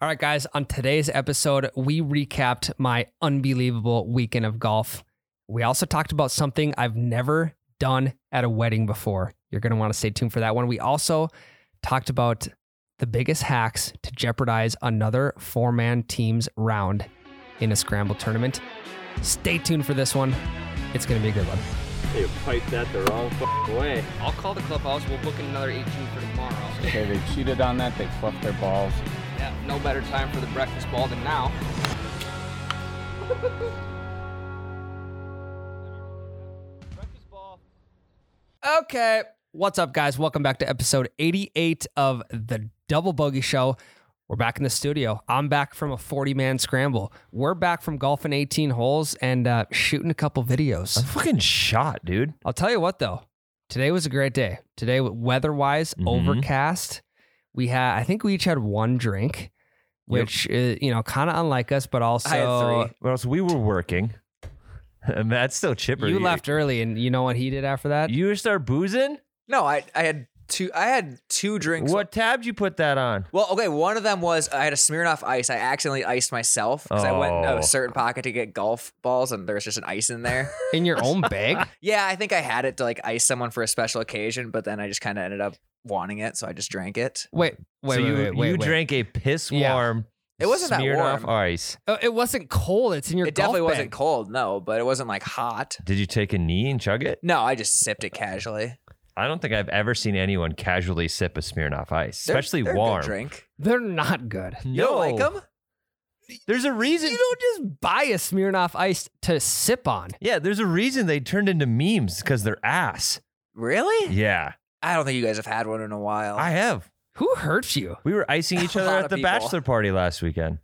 All right, guys, on today's episode, we recapped my unbelievable weekend of golf. We also talked about something I've never done at a wedding before. You're going to want to stay tuned for that one. We also talked about the biggest hacks to jeopardize another four man team's round in a scramble tournament. Stay tuned for this one. It's going to be a good one. You pipe that the wrong f***ing way. I'll call the clubhouse. We'll book another 18 for tomorrow. Okay, they cheated on that. They fluffed their balls. Yeah, no better time for the breakfast ball than now. Okay. What's up, guys? Welcome back to episode 88 of the Double Bogey Show. We're back in the studio. I'm back from a 40 man scramble. We're back from golfing 18 holes and uh, shooting a couple videos. fucking shot, dude. I'll tell you what, though, today was a great day. Today, weather wise, Mhm. overcast. We had, I think we each had one drink, which is, you know, kind of unlike us, but also Well, so we were working, and that's still chipper. you left early. And you know what he did after that? You start boozing. No, I I had two I had two drinks. What tab did you put that on? Well, okay, one of them was I had a Smirnoff Ice. I accidentally iced myself because I went in Oh. a certain pocket to get golf balls, and there was just an ice in there. In your own bag? yeah, I think I had it to like ice someone for a special occasion, but then I just kind of ended up wanting it, so I just drank it. Wait, wait, so wait, you wait, wait, you wait. drank a piss Yeah. warm. It wasn't that smeared off warm. ice. Uh, it wasn't cold. It's in your it definitely golf wasn't bag. cold, no, but it wasn't like hot. Did you take a knee and chug it? No, I just sipped it casually, I don't think I've ever seen anyone casually sip a Smirnoff Ice, They're- especially they're a good warm. drink. They're not good. No, You don't like them? There's a reason. You don't just buy a Smirnoff Ice to sip on. yeah, there's a reason they turned into memes because they're ass. Really? Yeah, I don't think you guys have had one in a while. I have. Who hurts you? We were icing each Oh. A other lot at of the people. bachelor party last weekend.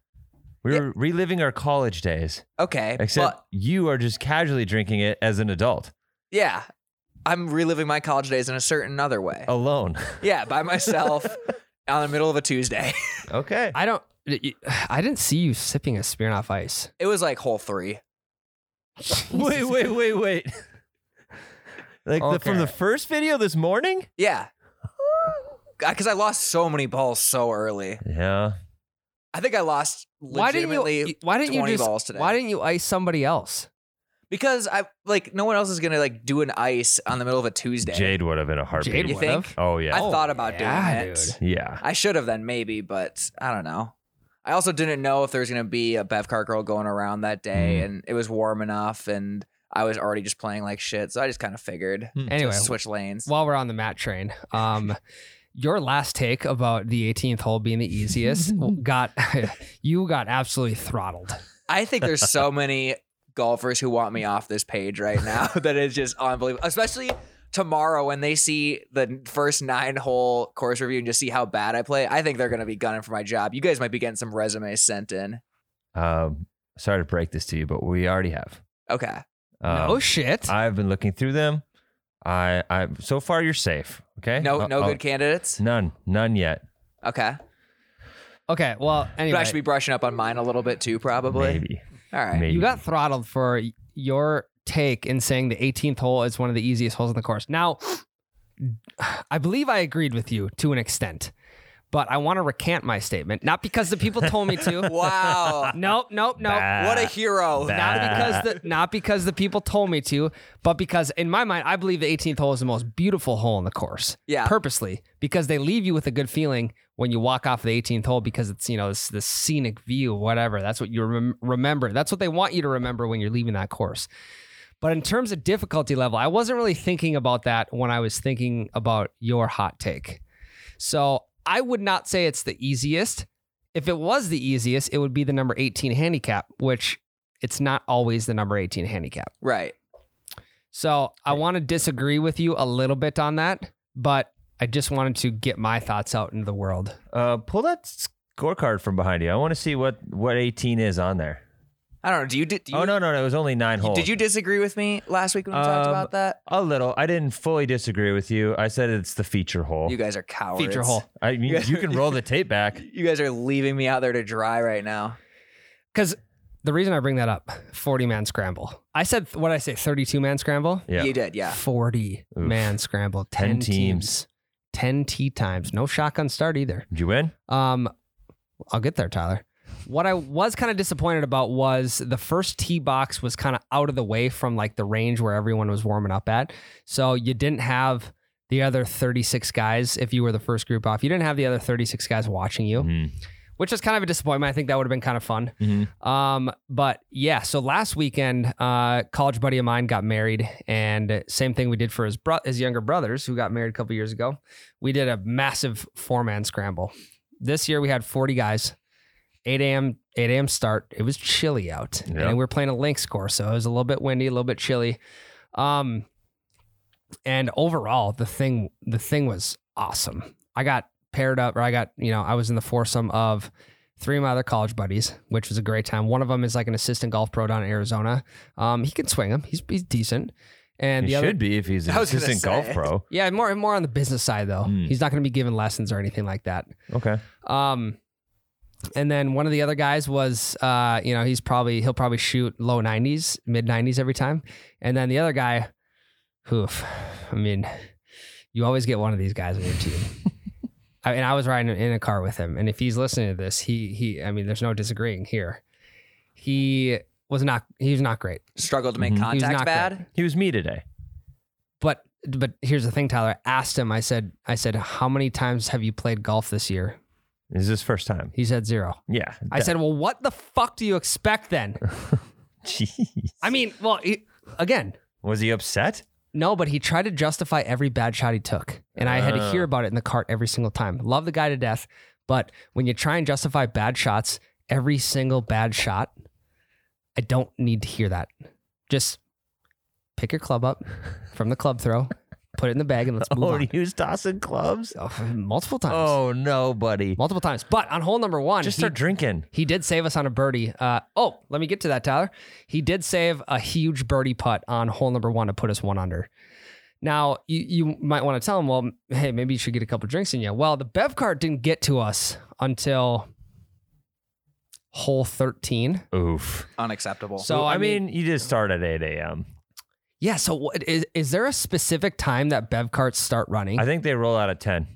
We were reliving our college days, okay, except but you are just casually drinking it as an adult yeah, I'm reliving my college days in a certain other way. Oh. alone. Yeah, by myself on the middle of a Tuesday. okay. I don't. I didn't see you sipping a Smirnoff Ice. It was like hole three. Wait, wait, wait, wait. like the, from Okay. the first video this morning? Yeah. Because I lost so many balls so early. Yeah. I think I lost Why didn't legitimately you? Why didn't you 20 just? balls today. Why didn't you ice somebody else? because I like no one else is gonna like do an ice on the middle of a Tuesday. Jade would have in a heartbeat. Jade You would have. think? Oh yeah. I thought about yeah, doing it. dude. yeah. I should have then maybe, but I don't know. I also didn't know if there was gonna be a Bevcar girl going around that day, Mm. and it was warm enough, and I was already just playing like shit, so I just kind of figured Hmm. Anyway, to switch lanes. while we're on the Matt train, um, your last take about the 18th hole being the easiest got you got absolutely throttled. I think there's so many golfers who want me off this page right now that it's just unbelievable. Especially tomorrow when they see the first nine hole course review and just see how bad I play. I think they're gonna be gunning for my job. You guys might be getting some resumes sent in. Um, sorry to break this to you, but we already have. Okay. Um, no shit. I've been looking through them. I I so far you're safe. Okay. No Uh, no uh, good candidates? None. None yet. Okay. okay. Well, But I should anyway, be brushing up on mine a little bit too, probably. Maybe. Oh, All right. Maybe. you got throttled for your take in saying the 18th hole is one of the easiest holes in the course. Now, I believe I agreed with you to an extent, but I want to recant my statement, not because the people told me to. Wow. nope, nope, nope. Bah. what a hero. That- not because the not because the people told me to, but because in my mind, I believe the 18th hole is the most beautiful hole in the course. Yeah. Purposely, because they leave you with a good feeling when you walk off the 18th hole because it's you know this this scenic view, whatever. That's what you rem- remember. That's what they want you to remember when you're leaving that course. But in terms of difficulty level, I wasn't really thinking about that when I was thinking about your hot take. So I would not say it's the easiest. If it was the easiest, it would be the number 18 handicap, which it's not always the number 18 handicap. Right. So I want to disagree with you a little bit on that, but I just wanted to get my thoughts out into the world. Uh, pull that scorecard from behind you. I want to see what what 18 is on there. I don't know. Do you did do you, oh no, no, no. It was only nine holes. did you disagree with me last week when we talked Um, about that? A little. I didn't fully disagree with you. I said it's the feature hole. You guys are cowards. Feature hole. I mean, you can roll the tape back. You guys are leaving me out there to dry right now. Because the reason I bring that up 40 man scramble. I said, what did I say, 32 man scramble? Yeah. You did, yeah. 40 Oof. man scramble, 10, 10 teams. teams. 10 tee times. No shotgun start either. Did you win? Um, I'll get there, Tyler. What I was kind of disappointed about was the first tee box was kind of out of the way from like the range where everyone was warming up at. So you didn't have the other 36 guys if you were the first group off. You didn't have the other 36 guys watching you, Mhm. which is kind of a disappointment. I think that would have been kind of fun. Mhm. Um, but yeah, so last weekend, uh, college buddy of mine got married, and same thing we did for his bro- his younger brothers who got married a couple years ago. We did a massive four man scramble. This year we had forty guys. 8 a.m. 8 a.m. start. It was chilly out, Yeah. and we were playing a links course, so it was a little bit windy, a little bit chilly. Um, and overall, the thing the thing was awesome. I got paired up, or I got you know, I was in the foursome of three of my other college buddies, which was a great time. One of them is like an assistant golf pro down in Arizona. Um, he can swing him. He's he's decent. And He the other should be if he's an I was gonna assistant golf say. pro. yeah, more more on the business side though. Mm. He's not going to be given lessons or anything like that. Okay. Um, and then one of the other guys was, uh, you know, he's probably he'll probably shoot low nineties, mid nineties every time. And then the other guy, oof, I mean, you always get one of these guys on your team. I mean, I was riding in a car with him, and if he's listening to this, he he, I mean, there's no disagreeing here. He was not he was not great, Struggled to make Mhm. He was contact not bad. He was me today. but but here's the thing, Tyler. I asked him. I said I said, how many times have you played golf this year? This is his first time. He said zero. Yeah. I said, well, what the fuck do you expect then? Jeez. I mean, well, he, again, Was he upset? no, but he tried to justify every bad shot he took. And I had to Oh. hear about it in the cart every single time. Love the guy to death. But when you try and justify bad shots, every single bad shot, I don't need to hear that. Just pick your club up from the club throw, put it in the bag, and let's move Oh, on. he was tossing clubs. Oh, multiple times. Oh no, buddy. Multiple times. But on hole number one, Just he start drinking. He did save us on a birdie. Uh, oh, let me get to that, Tyler. He did save a huge birdie putt on hole number one to put us one under. Now, you, you might want to tell him, well, hey, maybe you should get a couple drinks in you. Well, the Bev cart didn't get to us until hole 13. Oof. Unacceptable. So, I, mean, you just start at 8 a.m. yeah. So, what, is, is there a specific time that Bev carts start running? I think they roll out at 10.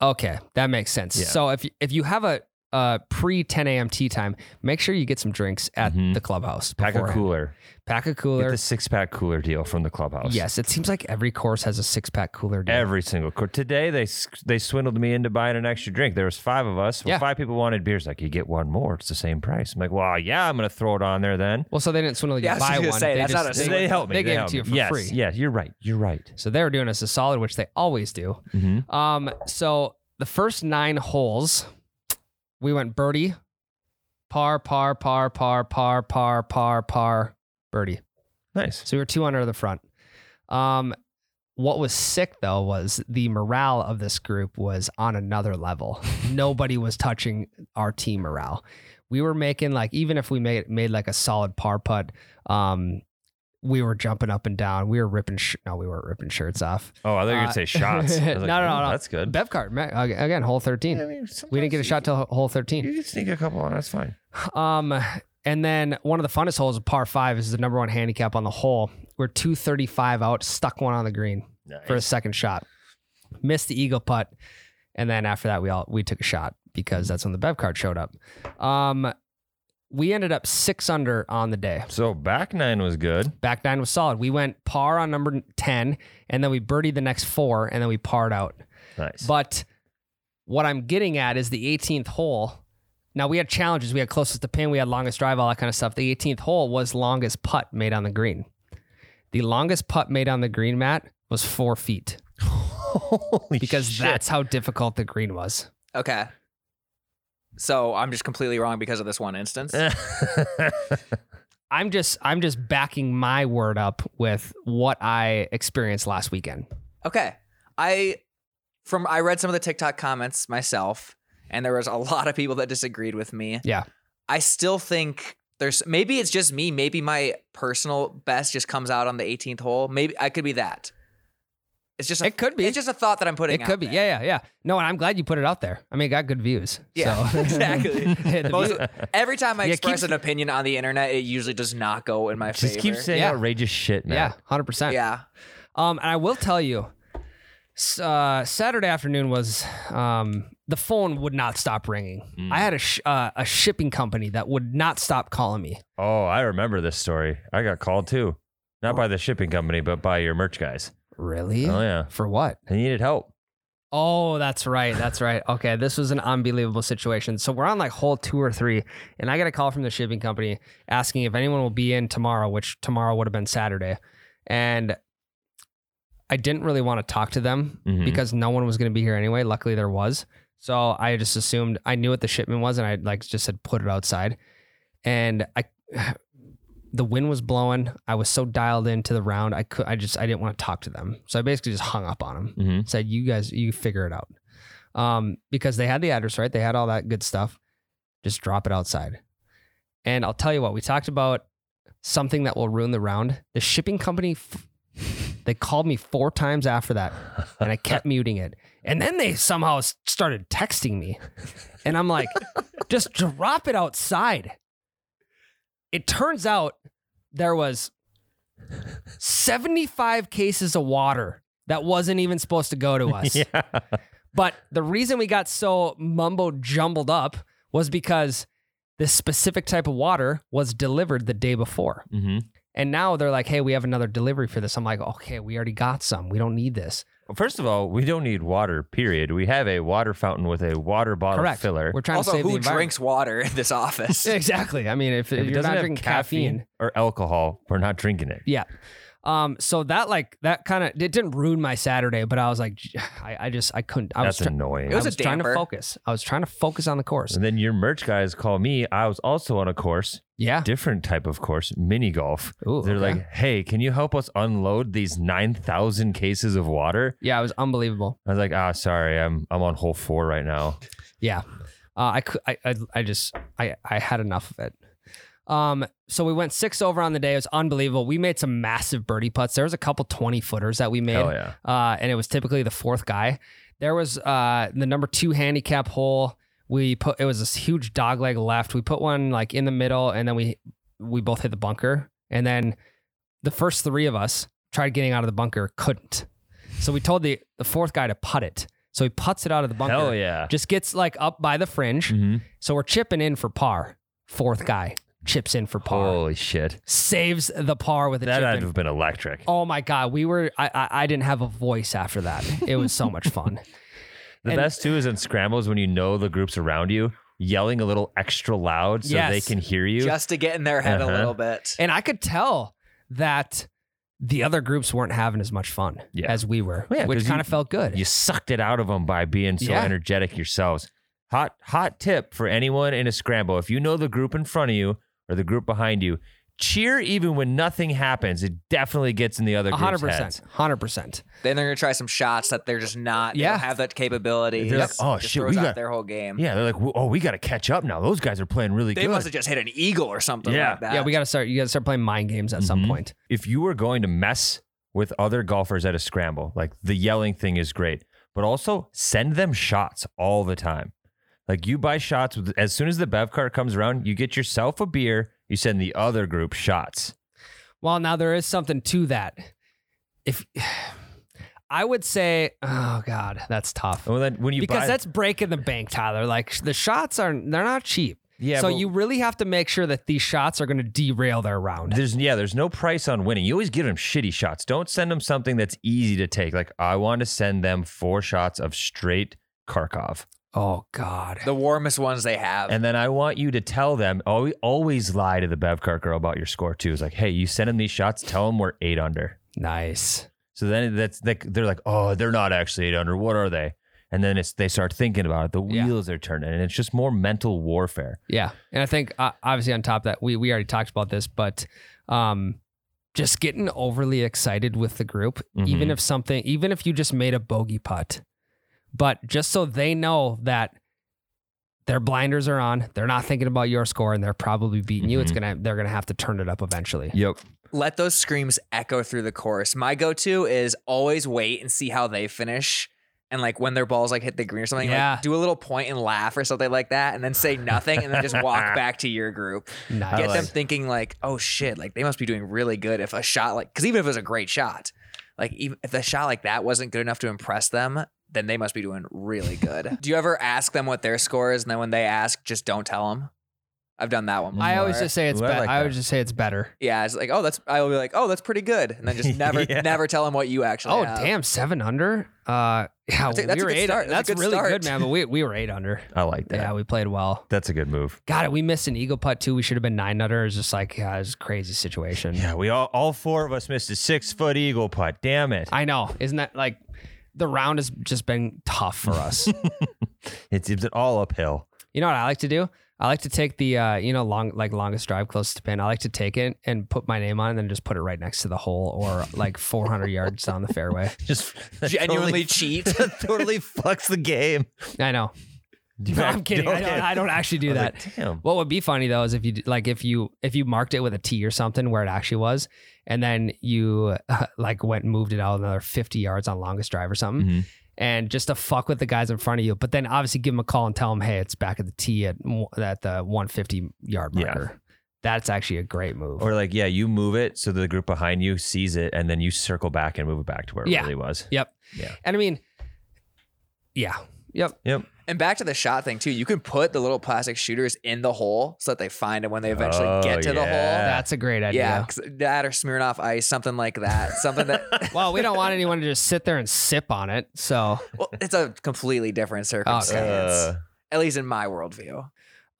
Okay, that makes sense. Yeah. So if you- if you have a uh, pre 10 a.m. tea time, make sure you get some drinks at Mhm. the clubhouse. Pack a beforehand. cooler. Pack a Get cooler. the six pack cooler deal from the clubhouse. Yes, it seems like every course has a six pack cooler. Deal. Every single court. Today they s- they swindled me into buying an extra drink. There was five of us. Well, Yeah. Five people wanted beers. Like you get one more. It's the same price. I'm like, well, yeah, I'm gonna throw it on there then. well, so they didn't swindle you Yeah, I to buy was just gonna one. say, they that's just, not a They, swindle. helped me. They, gave it helped to you me. for yes, free. Yes, you're right. You're right. So they were doing us a solid, which they always do. Mm-hmm. Um, so the first nine holes, we went birdie, par, par, par, par, par, par, par, par, birdie. Nice. So we were two under the front. Um, what was sick though was the morale of this group was on another level. Nobody was touching our team morale. We were making like even if we made made like a solid par putt, um, we were jumping up and down. We were ripping. Sh- no, we weren't ripping shirts off. Oh, I thought you were Uh, gonna say shots. I was like, No, no, "Oh, no. That's good. Bevcart ma- ag- again, hole thirteen. we didn't get a shot till hole thirteen. You can sneak a couple on. That's fine. Um, and then one of the funnest holes, a par five, is the number one handicap on the hole. We're 235 out, stuck one on the green for a second shot. Missed the eagle putt. And then after that, we all we took a shot because that's when the Bev card showed up. Um, we ended up six under on the day. So back nine was good. Back nine was solid. We went par on number 10, and then we birdied the next four, and then we parred out. Nice. But what I'm getting at is the 18th hole. Now we had challenges. We had closest to pin. We had longest drive. All that kind of stuff. The 18th hole was longest putt made on the green. The longest putt made on the green mat was four feet Holy because shit. that's how difficult the green was. okay. So I'm just completely wrong because of this one instance. I'm just I'm just backing my word up with what I experienced last weekend. Okay. I from I read some of the TikTok comments myself and there was a lot of people that disagreed with me. Yeah. I still think there's maybe it's just me, maybe my personal best just comes out on the 18th hole. Maybe I could be that. It's just a, It could be. It's just a thought that I'm putting It could out be. there. Yeah, yeah, yeah. No, and I'm glad you put it out there. I mean, it got good views. Yeah, so. exactly. The Most- view- Every time I Yeah, express keeps- an opinion on the internet, it usually does not go in my Just favor. keep saying Yeah. outrageous shit, yeah, man. hundred percent. Yeah. Um, and I will tell you, s- uh, Saturday afternoon was um, the phone would not stop ringing. Mm. I had a sh- uh, a shipping company that would not stop calling me. Oh, I remember this story. I got called too. Not by the shipping company, but by your merch guys. Really? Oh yeah. For what? They needed help. Oh, that's right. That's right. Okay, this was an unbelievable situation. So we're on like hole two or three, and I get a call from the shipping company asking if anyone will be in tomorrow, which tomorrow would have been Saturday, and I didn't really want to talk to them Mhm. because no one was going to be here anyway. Luckily, there was. So I just assumed I knew what the shipment was, and I like just said put it outside, and I. The wind was blowing. I was so dialed into the round. I could. I just. I didn't want to talk to them. So I basically just hung up on them Mm-hmm. said you guys you figure it out um, because they had the address right they had all that good stuff just drop it outside and i'll tell you what we talked about something that will ruin the round the shipping company f- they called me four times after that and i kept muting it and then they somehow s- started texting me and i'm like just drop it outside it turns out there was 75 cases of water that wasn't even supposed to go to us Yeah. but the reason we got so mumbo jumbled up was because this specific type of water was delivered the day before. Mm-hmm. And now they're like, hey, we have another delivery for this. I'm like, okay, we already got some. We don't need this. Well, first of all, we don't need water. Period. We have a water fountain with a water bottle Correct. filler. We're trying to Also, save the who environment. drinks water in this office? Exactly. I mean, if, if if it you're doesn't not have drinking caffeine or alcohol, we're not drinking it. Yeah. Um, so that like that kind of it didn't ruin my Saturday, but I was like, j- I, I just I couldn't. I That's was, try- annoying. It was I a was trying to damper. focus. I was trying to focus on the course. and then your merch guys call me. I was also on a course, Yeah. different type of course, mini golf. Ooh, They're okay. like, "Hey, can you help us unload these nine thousand cases of water?" Yeah, it was unbelievable. I was like, "Ah, sorry, I'm I'm on hole four right now." Yeah. Uh, I, cou- I, I, I just, I, I had enough of it. Um, so we went six over on the day. It was unbelievable. We made some massive birdie putts. There was a couple 20 footers that we made. Hell yeah! Uh, and it was typically the fourth guy. There was, uh, the number two handicap hole. We put, it was this huge dog leg left. We put one like in the middle and then we, we both hit the bunker. And then the first three of us tried getting out of the bunker, couldn't. So we told the, the fourth guy to putt it. So he puts it out of the bunker Hell yeah! just gets like up by the fringe. Mhm. So we're chipping in for par. Fourth guy chips in for par. Holy shit! Saves the par with a That chip would in. have been electric. Oh my god, we were I, I I didn't have a voice after that. It was so much fun. The And- best too is in scrambles when you know the groups around you yelling a little extra loud so Yes. they can hear you. Just to get in their head Uh-huh. a little bit. and I could tell that the other groups weren't having as much fun Yeah. as we were, Well, yeah, which 'cause kind of felt good. you sucked it out of them by being so Yeah. energetic yourselves. Hot hot tip for anyone in a scramble: if you know the group in front of you or the group behind you, cheer even when nothing happens. It definitely gets in the other group's 100%. heads. 100%. Then they're gonna try some shots that they're just not. They Yeah. don't have that capability. They're like, Just- "Oh, just shit, Throws we out got- their whole game. Yeah, they're like, "Whoa, oh, we got to catch up now. Those guys are playing really They good. must have just hit an eagle or something Yeah. like that. Yeah, we got to start you got to start playing mind games at some Mhm. point. if you were going to mess with other golfers at a scramble, like the yelling thing is great, but also send them shots all the time. Like you buy shots with, as soon as the bev cart comes around, you get yourself a beer, you send the other group shots. Well, now there is something to that. If I would say, oh god, that's tough. And then when you because buy, that's breaking the bank, Tyler. Like sh- the shots are they're not cheap. yeah, so but you really have to make sure that these shots are going to derail their round. there's yeah, there's no price on winning. You always give them shitty shots. Don't send them something that's easy to take. Like I want to send them four shots of straight Karkov. Oh God. the warmest ones they have. And then I want you to tell them, always, always lie to the Bevcart girl about your score too. It's like, hey, you send them these shots, tell them we're eight under. Nice. So then that's like they're like, oh, they're not actually eight under. What are they? And then it's they start thinking about it. The Yeah. wheels are turning, and it's just more mental warfare. Yeah. And I think uh, obviously on top of that, we we already talked about this, but um just getting overly excited with the group, even Mhm. if something even if you just made a bogey putt. But just so they know that their blinders are on, they're not thinking about your score and they're probably beating you. It's Mhm. gonna they're gonna have to turn it up eventually. Yep. Let those screams echo through the course. My go-to is always wait and see how they finish. And like when their balls like hit the green or something, Yeah. like do a little point and laugh or something like that, and then say nothing, and then just walk back to your group. Nice. Get them thinking like, oh shit, like they must be doing really good if a shot like, because even if it was a great shot, like even if the shot like that wasn't good enough to impress them, then they must be doing really good. Do you ever ask them what their score is, and then when they ask, just don't tell them? I've done that one. I always before. just say it's Ooh, I better. like I always that. just say it's better. yeah, it's like oh that's I'll be like oh that's pretty good, and then just never Yeah. never tell them what you actually. Oh have. damn, seven under. Uh, yeah, That's a- that's we a were good eight. start. That's, That's a good really start. good, man. But we we were eight under. I like that. Yeah, we played well. That's a good move. Got it. We missed an eagle putt too. We should have been nine under. It's just like yeah, it's a crazy situation. Yeah, we all all four of us missed a six foot eagle putt. Damn it! I know. Isn't that like the round has just been tough for us? It seems it all uphill. you know what I like to do? I like to take the uh, you know long like longest drive closest to pin. I like to take it and put my name on it and then just put it right next to the hole or like 400 yards down the fairway. Just that totally, Genuinely cheat. that totally fucks the game. I know. No, I'm kidding. I don't, I don't actually do I was that. like, Damn. What would be funny though is if you d- like if you if you marked it with a T or something where it actually was, and then you uh, like went and moved it out another fifty yards on longest drive or something, Mhm. and just to fuck with the guys in front of you. But then obviously give them a call and tell them, hey, it's back at the T at mo- at the one fifty yard Yeah. marker. That's actually a great move. Or like, yeah, you move it so the group behind you sees it, and then you circle back and move it back to where it Yeah. really was. yep. Yeah. Uh, And I mean, yeah. Yep. Yep. And back to the shot thing too. You can put the little plastic shooters in the hole so that they find it when they eventually Oh, get to the yeah. hole. That's a great idea. Yeah, 'cause that or smearing off ice, something like that. Something that well, we don't want anyone to just sit there and sip on it. So, well, it's a completely different Oh, circumstance, Uh, at least in my worldview.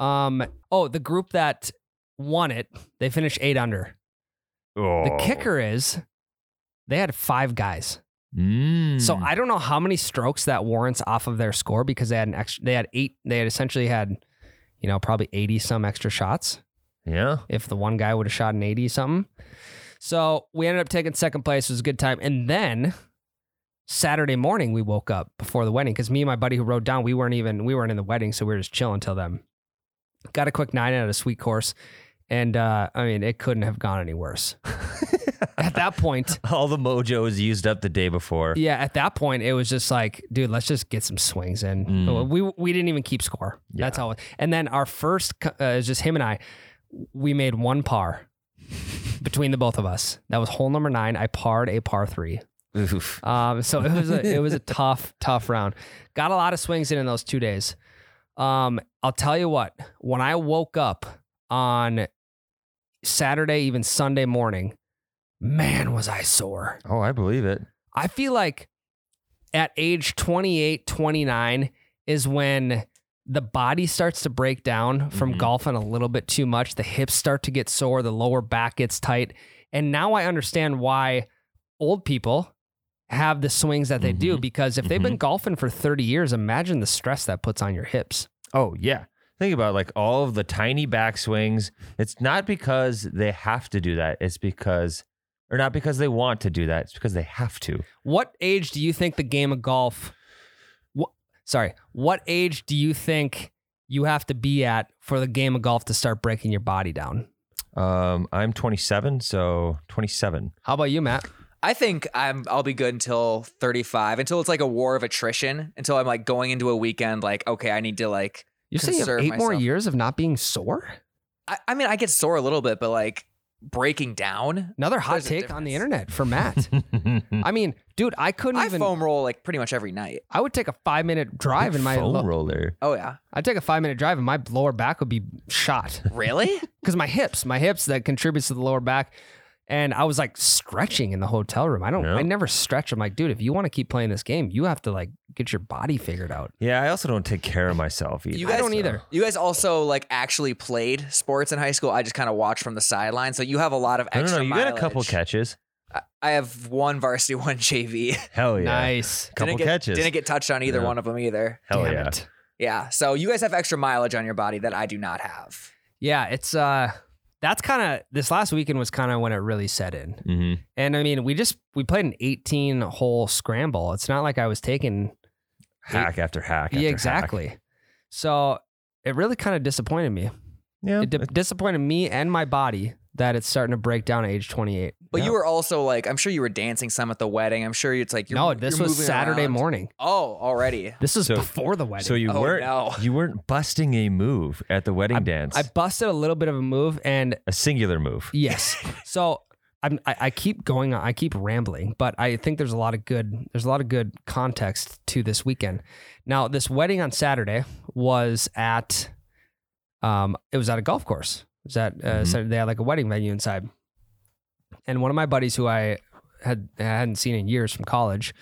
um, oh, the group that won it, they finished eight under. The oh. kicker is they had five guys. Mm. So I don't know how many strokes that warrants off of their score because they had an extra they had eight they had essentially had, you know, probably 80 some extra shots yeah. if the one guy would have shot an 80 something. So we ended up taking second place. It was a good time. And then Saturday morning we woke up before the wedding because me and my buddy who rode down, we weren't even we weren't in the wedding, so we were just chilling till then. Got a quick nine out of a sweet course. And uh, I mean, it couldn't have gone any worse. At that point, All the mojo was used up the day before. Yeah, at that point, it was just like, dude, let's just get some swings in. Mm. We we didn't even keep score. That's how. It, and then our first co- uh, is just him and I. We made one par between the both of us. That was hole number nine. I parred a par three. Oof. Um, so it was a, it was a tough tough round. Got a lot of swings in in those two days. Um, I'll tell you what. When I woke up on Saturday, even Sunday morning, man, was I sore. Oh, I believe it. I feel like at age 28, 29 is when the body starts to break down from Mhm. golfing a little bit too much. The hips start to get sore, the lower back gets tight. And now I understand why old people have the swings that they do Mhm. because if they've been golfing for 30 years, imagine the stress that puts on your hips. Oh yeah. Think about like all of the tiny backswings. It's not because they have to do that. It's because or not because they want to do that. It's because they have to. What age do you think the game of golf? What, sorry, what age do you think you have to be at for the game of golf to start breaking your body down? Um, I'm 27, so 27. How about you, Matt? I think I'm I'll be good until 35, until it's like a war of attrition, until I'm like going into a weekend like, okay, I need to like You say you have Conserve eight more myself. years of not being sore? I, I mean, I get sore a little bit, but like breaking down. Another hot There's a take on the difference. internet for Matt. I mean, dude, I couldn't I even. foam roll like pretty much every night. I would take a five minute drive and my. foam lo- roller. Oh yeah. I'd take a five minute drive and my lower back would be shot Really? because my hips, my hips that contributes to the lower back. And I was like stretching in the hotel room. I don't, Yeah. I never stretch. I'm like, dude, if you want to keep playing this game, you have to like get your body figured out. Yeah, I also don't take care of myself either. You I guys- don't so- either. You guys also like actually played sports in high school. I just kind of watched from the sideline, so you have a lot of No, no, extra. no. You got a couple mileage. catches. I- I have one varsity, one JV. Hell yeah. Nice. Couple didn't get, catches. Didn't get touched on either Yeah. one of them either. Hell Damn yeah. it. Yeah. So you guys have extra mileage on your body that I do not have. Yeah. It's, uh, that's kind of, this last weekend was kind of when it really set in. hmm And I mean, we just we played an 18 hole scramble. It's not like I was taking Hack after hack. after yeah, hack. exactly. So it really kind of disappointed me. Yeah. It di- disappointed me and my body that it's starting to break down at age 28. But Yeah. you were also like, I'm sure you were dancing some at the wedding. I'm sure it's like you're. no, this you're was moving Saturday around. morning. Oh, already. This was So- before the wedding. so you Oh, weren't no. you weren't busting a move at the wedding dance. I busted a little bit of a move and a singular move. yes. so I'm, I, I keep going. on- I keep rambling, but I think there's a lot of good. There's a lot of good context to this weekend. Now, this wedding on Saturday was at, um, it was at a golf course. It was at uh, Mhm. Saturday. They had like a wedding venue inside, and one of my buddies who I had I hadn't seen in years from college,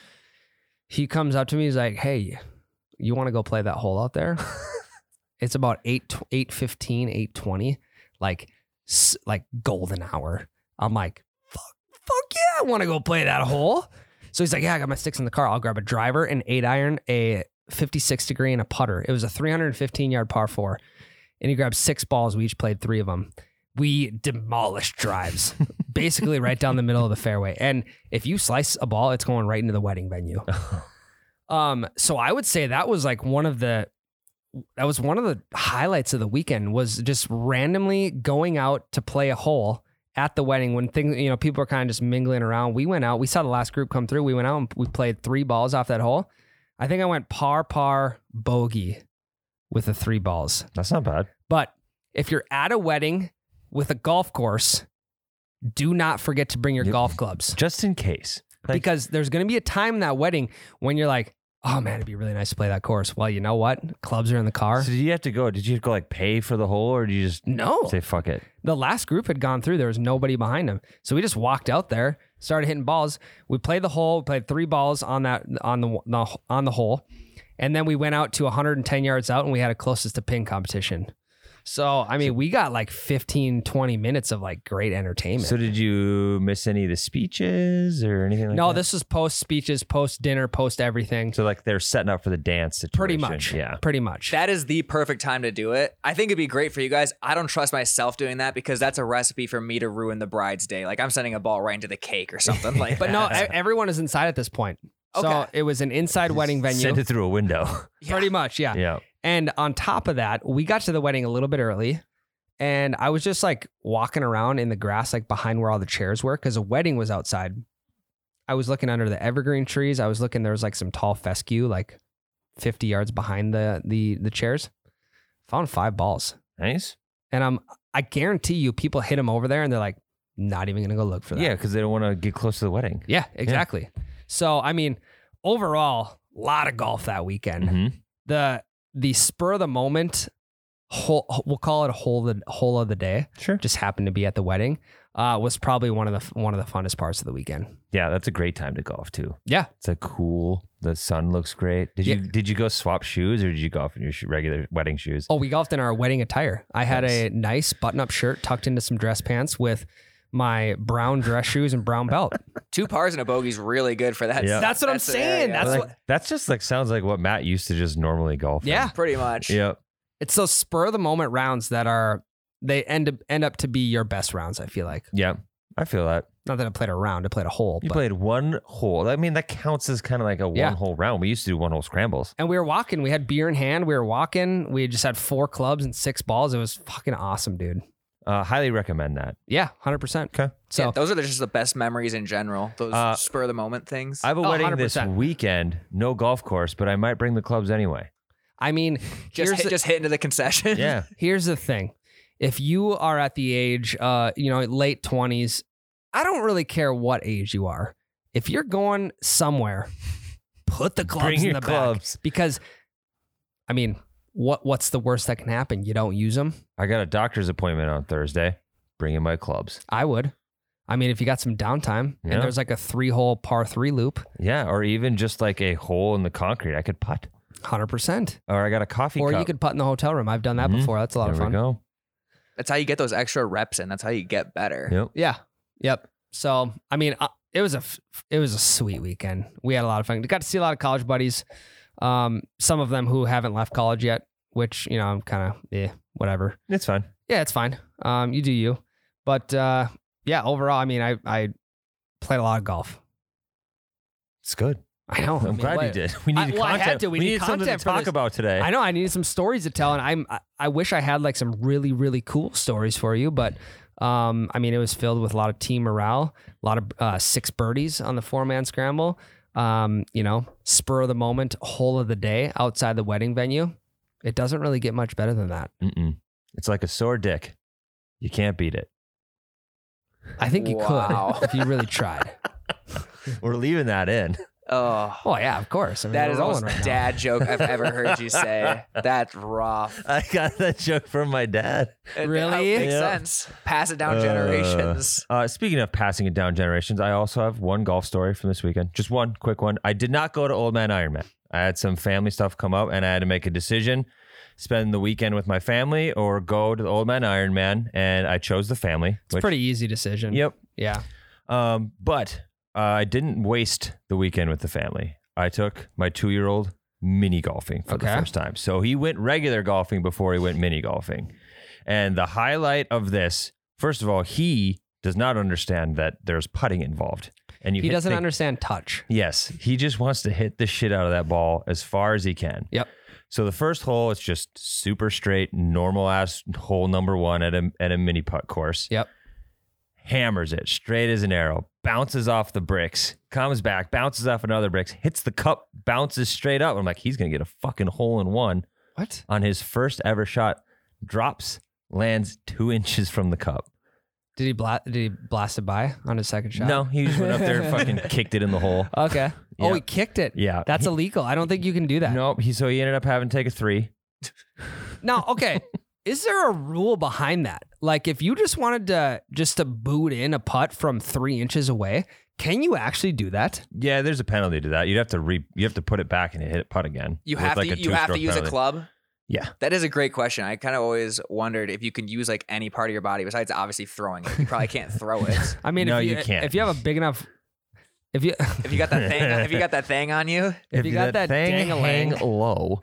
he comes up to me. He's like, "Hey, you want to go play that hole out there? it's about 8 eight fifteen, eight twenty, like s- like golden hour." I'm like, "Fuck, fuck yeah, I want to go play that hole." So he's like, "Yeah, I got my sticks in the car. I'll grab a driver, an eight iron, a 56 degree, and a putter." It was a 315 yard par four, and he grabbed six balls. We each played three of them. We demolished drives, basically right down the middle of the fairway. And if you slice a ball, it's going right into the wedding venue. Um, so I would say that was like one of the that was one of the highlights of the weekend was just randomly going out to play a hole at the wedding when things you know people are kind of just mingling around. We went out, we saw the last group come through. We went out and we played three balls off that hole. I think I went par par bogey with the three balls. That's not bad. But if you're at a wedding with a golf course, do not forget to bring your Yep. golf clubs Just in case. Like- because there's going to be a time in that wedding when you're like, oh man, it'd be really nice to play that course. Well, you know what? Clubs are in the car. So did you have to go? Did you have to go like pay for the hole, or did you just No, say fuck it? the last group had gone through. There was nobody behind them, so we just walked out there, started hitting balls. We played the hole, played three balls on that on the, the on the hole, and then we went out to 110 yards out, and we had a closest to pin competition. So I mean, we got like 15, 20 minutes of like great entertainment. So did you miss any of the speeches or anything like no, that? this was post speeches, post dinner, post everything. So like they're setting up for the dance situation. Pretty much, Yeah. pretty much. That is the perfect time to do it. I think it'd be great for you guys. I don't trust myself doing that because that's a recipe for me to ruin the bride's day. Like I'm sending a ball right into the cake or something like But no, that. e- everyone is inside at this point. So Okay. it was an inside wedding venue. Sent it through a window. Pretty much, yeah. yeah. And on top of that, we got to the wedding a little bit early. And I was just like walking around in the grass, like behind where all the chairs were, because a wedding was outside. I was looking under the evergreen trees. I was looking, there was like some tall fescue, like 50 yards behind the the the chairs. Found five balls. Nice. And I'm I guarantee you people hit them over there and they're like, not even gonna go look for that. Yeah, because they don't want to get close to the wedding. Yeah, exactly. So I mean, overall, a lot of golf that weekend. Mhm. The the spur of the moment, whole, we'll call it whole the whole of the day, Sure. just happened to be at the wedding. Uh, was probably one of the one of the funnest parts of the weekend. Yeah, that's a great time to golf too. Yeah. It's a cool. The sun looks great. Did you Yeah. did you go swap shoes or did you golf in your sho- regular wedding shoes? Oh, we golfed in our wedding attire. I had a nice button up shirt tucked into some dress pants with my brown dress shoes and brown belt. Two pars and a bogey's really good for that. Yeah. That's what I'm the saying. area. That's like, what- that's just like sounds like what Matt used to just normally golf. in. Yeah. pretty much. Yep. It's those spur of the moment rounds that are they end up end up to be your best rounds. I feel like Yep. I feel that. not that I played a round, I played a hole. You but- played one hole. I mean, that counts as kind of like a one Yeah. hole round. We used to do one hole scrambles. and we were walking. We had beer in hand. We were walking. We just had four clubs and six balls. It was fucking awesome, dude. Uh, highly recommend that. Yeah, hundred percent. Okay. So Yeah, those are just the best memories in general. Those Uh, spur of the moment things. I have a Oh, wedding this 100%. weekend. No golf course, but I might bring the clubs anyway. I mean, just here's hit, the, just hit into the concession. Yeah. here's the thing: if you are at the age, uh, you know, late twenties, I don't really care what age you are. If you're going somewhere, put the clubs bring in your the back clubs. because, I mean, what what's the worst that can happen? You don't use them. I got a doctor's appointment on Thursday. Bringing my clubs. I would. I mean, if you got some downtime Yeah. and there's like a three hole par three loop, Yeah, or even just like a hole in the concrete. I could putt. hundred percent. Or I got a coffee or cup. you could putt in the hotel room. I've done that Mhm. before. That's a lot there of fun. we go. That's how you get those extra reps in. That's how you get better. Yep. Yeah. Yep. So I mean, uh, it was a f- it was a sweet weekend. We had a lot of fun. Got to see a lot of college buddies. Um, some of them who haven't left college yet, which you know I'm kind of yeah, whatever. It's fun. Yeah, it's fine. Um, you do you. But uh, yeah, overall, I mean, I I played a lot of golf. It's good. I know. I I'm mean, glad you what- did. We Oh, I- needed well, I had content. to. We We, need needed something to content for talk this. about today. I know I needed some stories to tell, and I'm I, I wish I had like some really really cool stories for you, but um, I mean it was filled with a lot of team morale, a lot of uh, six birdies on the four man scramble, um, you know, spur of the moment, whole of the day outside the wedding venue. It doesn't really get much better than that. Mm-mm. It's like a sore dick. You can't beat it. I think you Wow. could if you really tried. We're leaving that in. Oh, Oh yeah, of course. I mean, that we're is rolling almost a right now. dad joke I've ever heard you say. That's rough. I got that joke from my dad. It- Really? It makes Yeah. sense. Pass it down Uh, generations. Uh, speaking of passing it down generations, I also have one golf story from this weekend. Just one quick one. I did not go to Old Man Ironman. I had some family stuff come up, and I had to make a decision: spend the weekend with my family or go to the Old Man Ironman. And I chose the family. It's a pretty easy decision. Yep. Yeah. Um, but uh, I didn't waste the weekend with the family. I took my two-year-old mini golfing for the Okay. first time. So he went regular golfing before he went mini golfing. And the highlight of this, first of all, he does not understand that there's putting involved. And you He hit doesn't thi- understand touch. Yes, he just wants to hit the shit out of that ball as far as he can. Yep. So the first hole, it's just super straight, normal ass hole number one at a at a mini putt course. Yep. Hammers it straight as an arrow, bounces off the bricks, comes back, bounces off another bricks, hits the cup, bounces straight up. I'm like, he's gonna get a fucking hole in one What? on his first ever shot. Drops, lands two inches from the cup. Did he blast? Did he blast it by on his second shot? No, he just went up there and fucking kicked it in the hole. Okay. Yeah. Oh, he kicked it. Yeah. That's He- illegal. I don't think you can do that. Nope. He so he ended up having to take a three. Now, okay, is there a rule behind that? Like, if you just wanted to just to boot in a putt from three inches away, can you actually do that? Yeah, there's a penalty to that. You'd have to re you have to put it back and hit it putt again. You with have like to you have to two-stroke use penalty. a club. Yeah. That is a great question. I kind of always wondered if you can use like any part of your body besides obviously throwing it. You probably can't throw it. I mean, No, if you can't. If you have a big enough, if you If you got that thing, if you got that thing on you, if you got that thing dang-a-lang. hang low,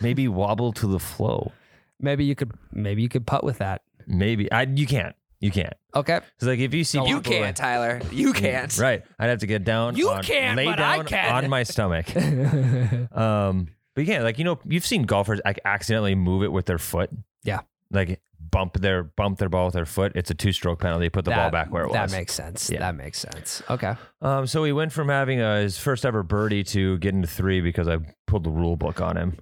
maybe wobble to the flow. maybe you could maybe you could putt with that. Maybe I you can't. You can't. Okay, It's like if you see you people- can't, Tyler. You can't. Right. I'd have to get down You on, can't, lay but I down can. on my stomach. um but yeah, like you know, you've seen golfers like accidentally move it with their foot. Yeah. Like bump their bump their ball with their foot. It's a two stroke penalty. Put the ball That- back where it That was. makes sense. Yeah. That makes sense. Okay, Um, so he went from having uh his first ever birdie to getting to three because I pulled the rule book on him.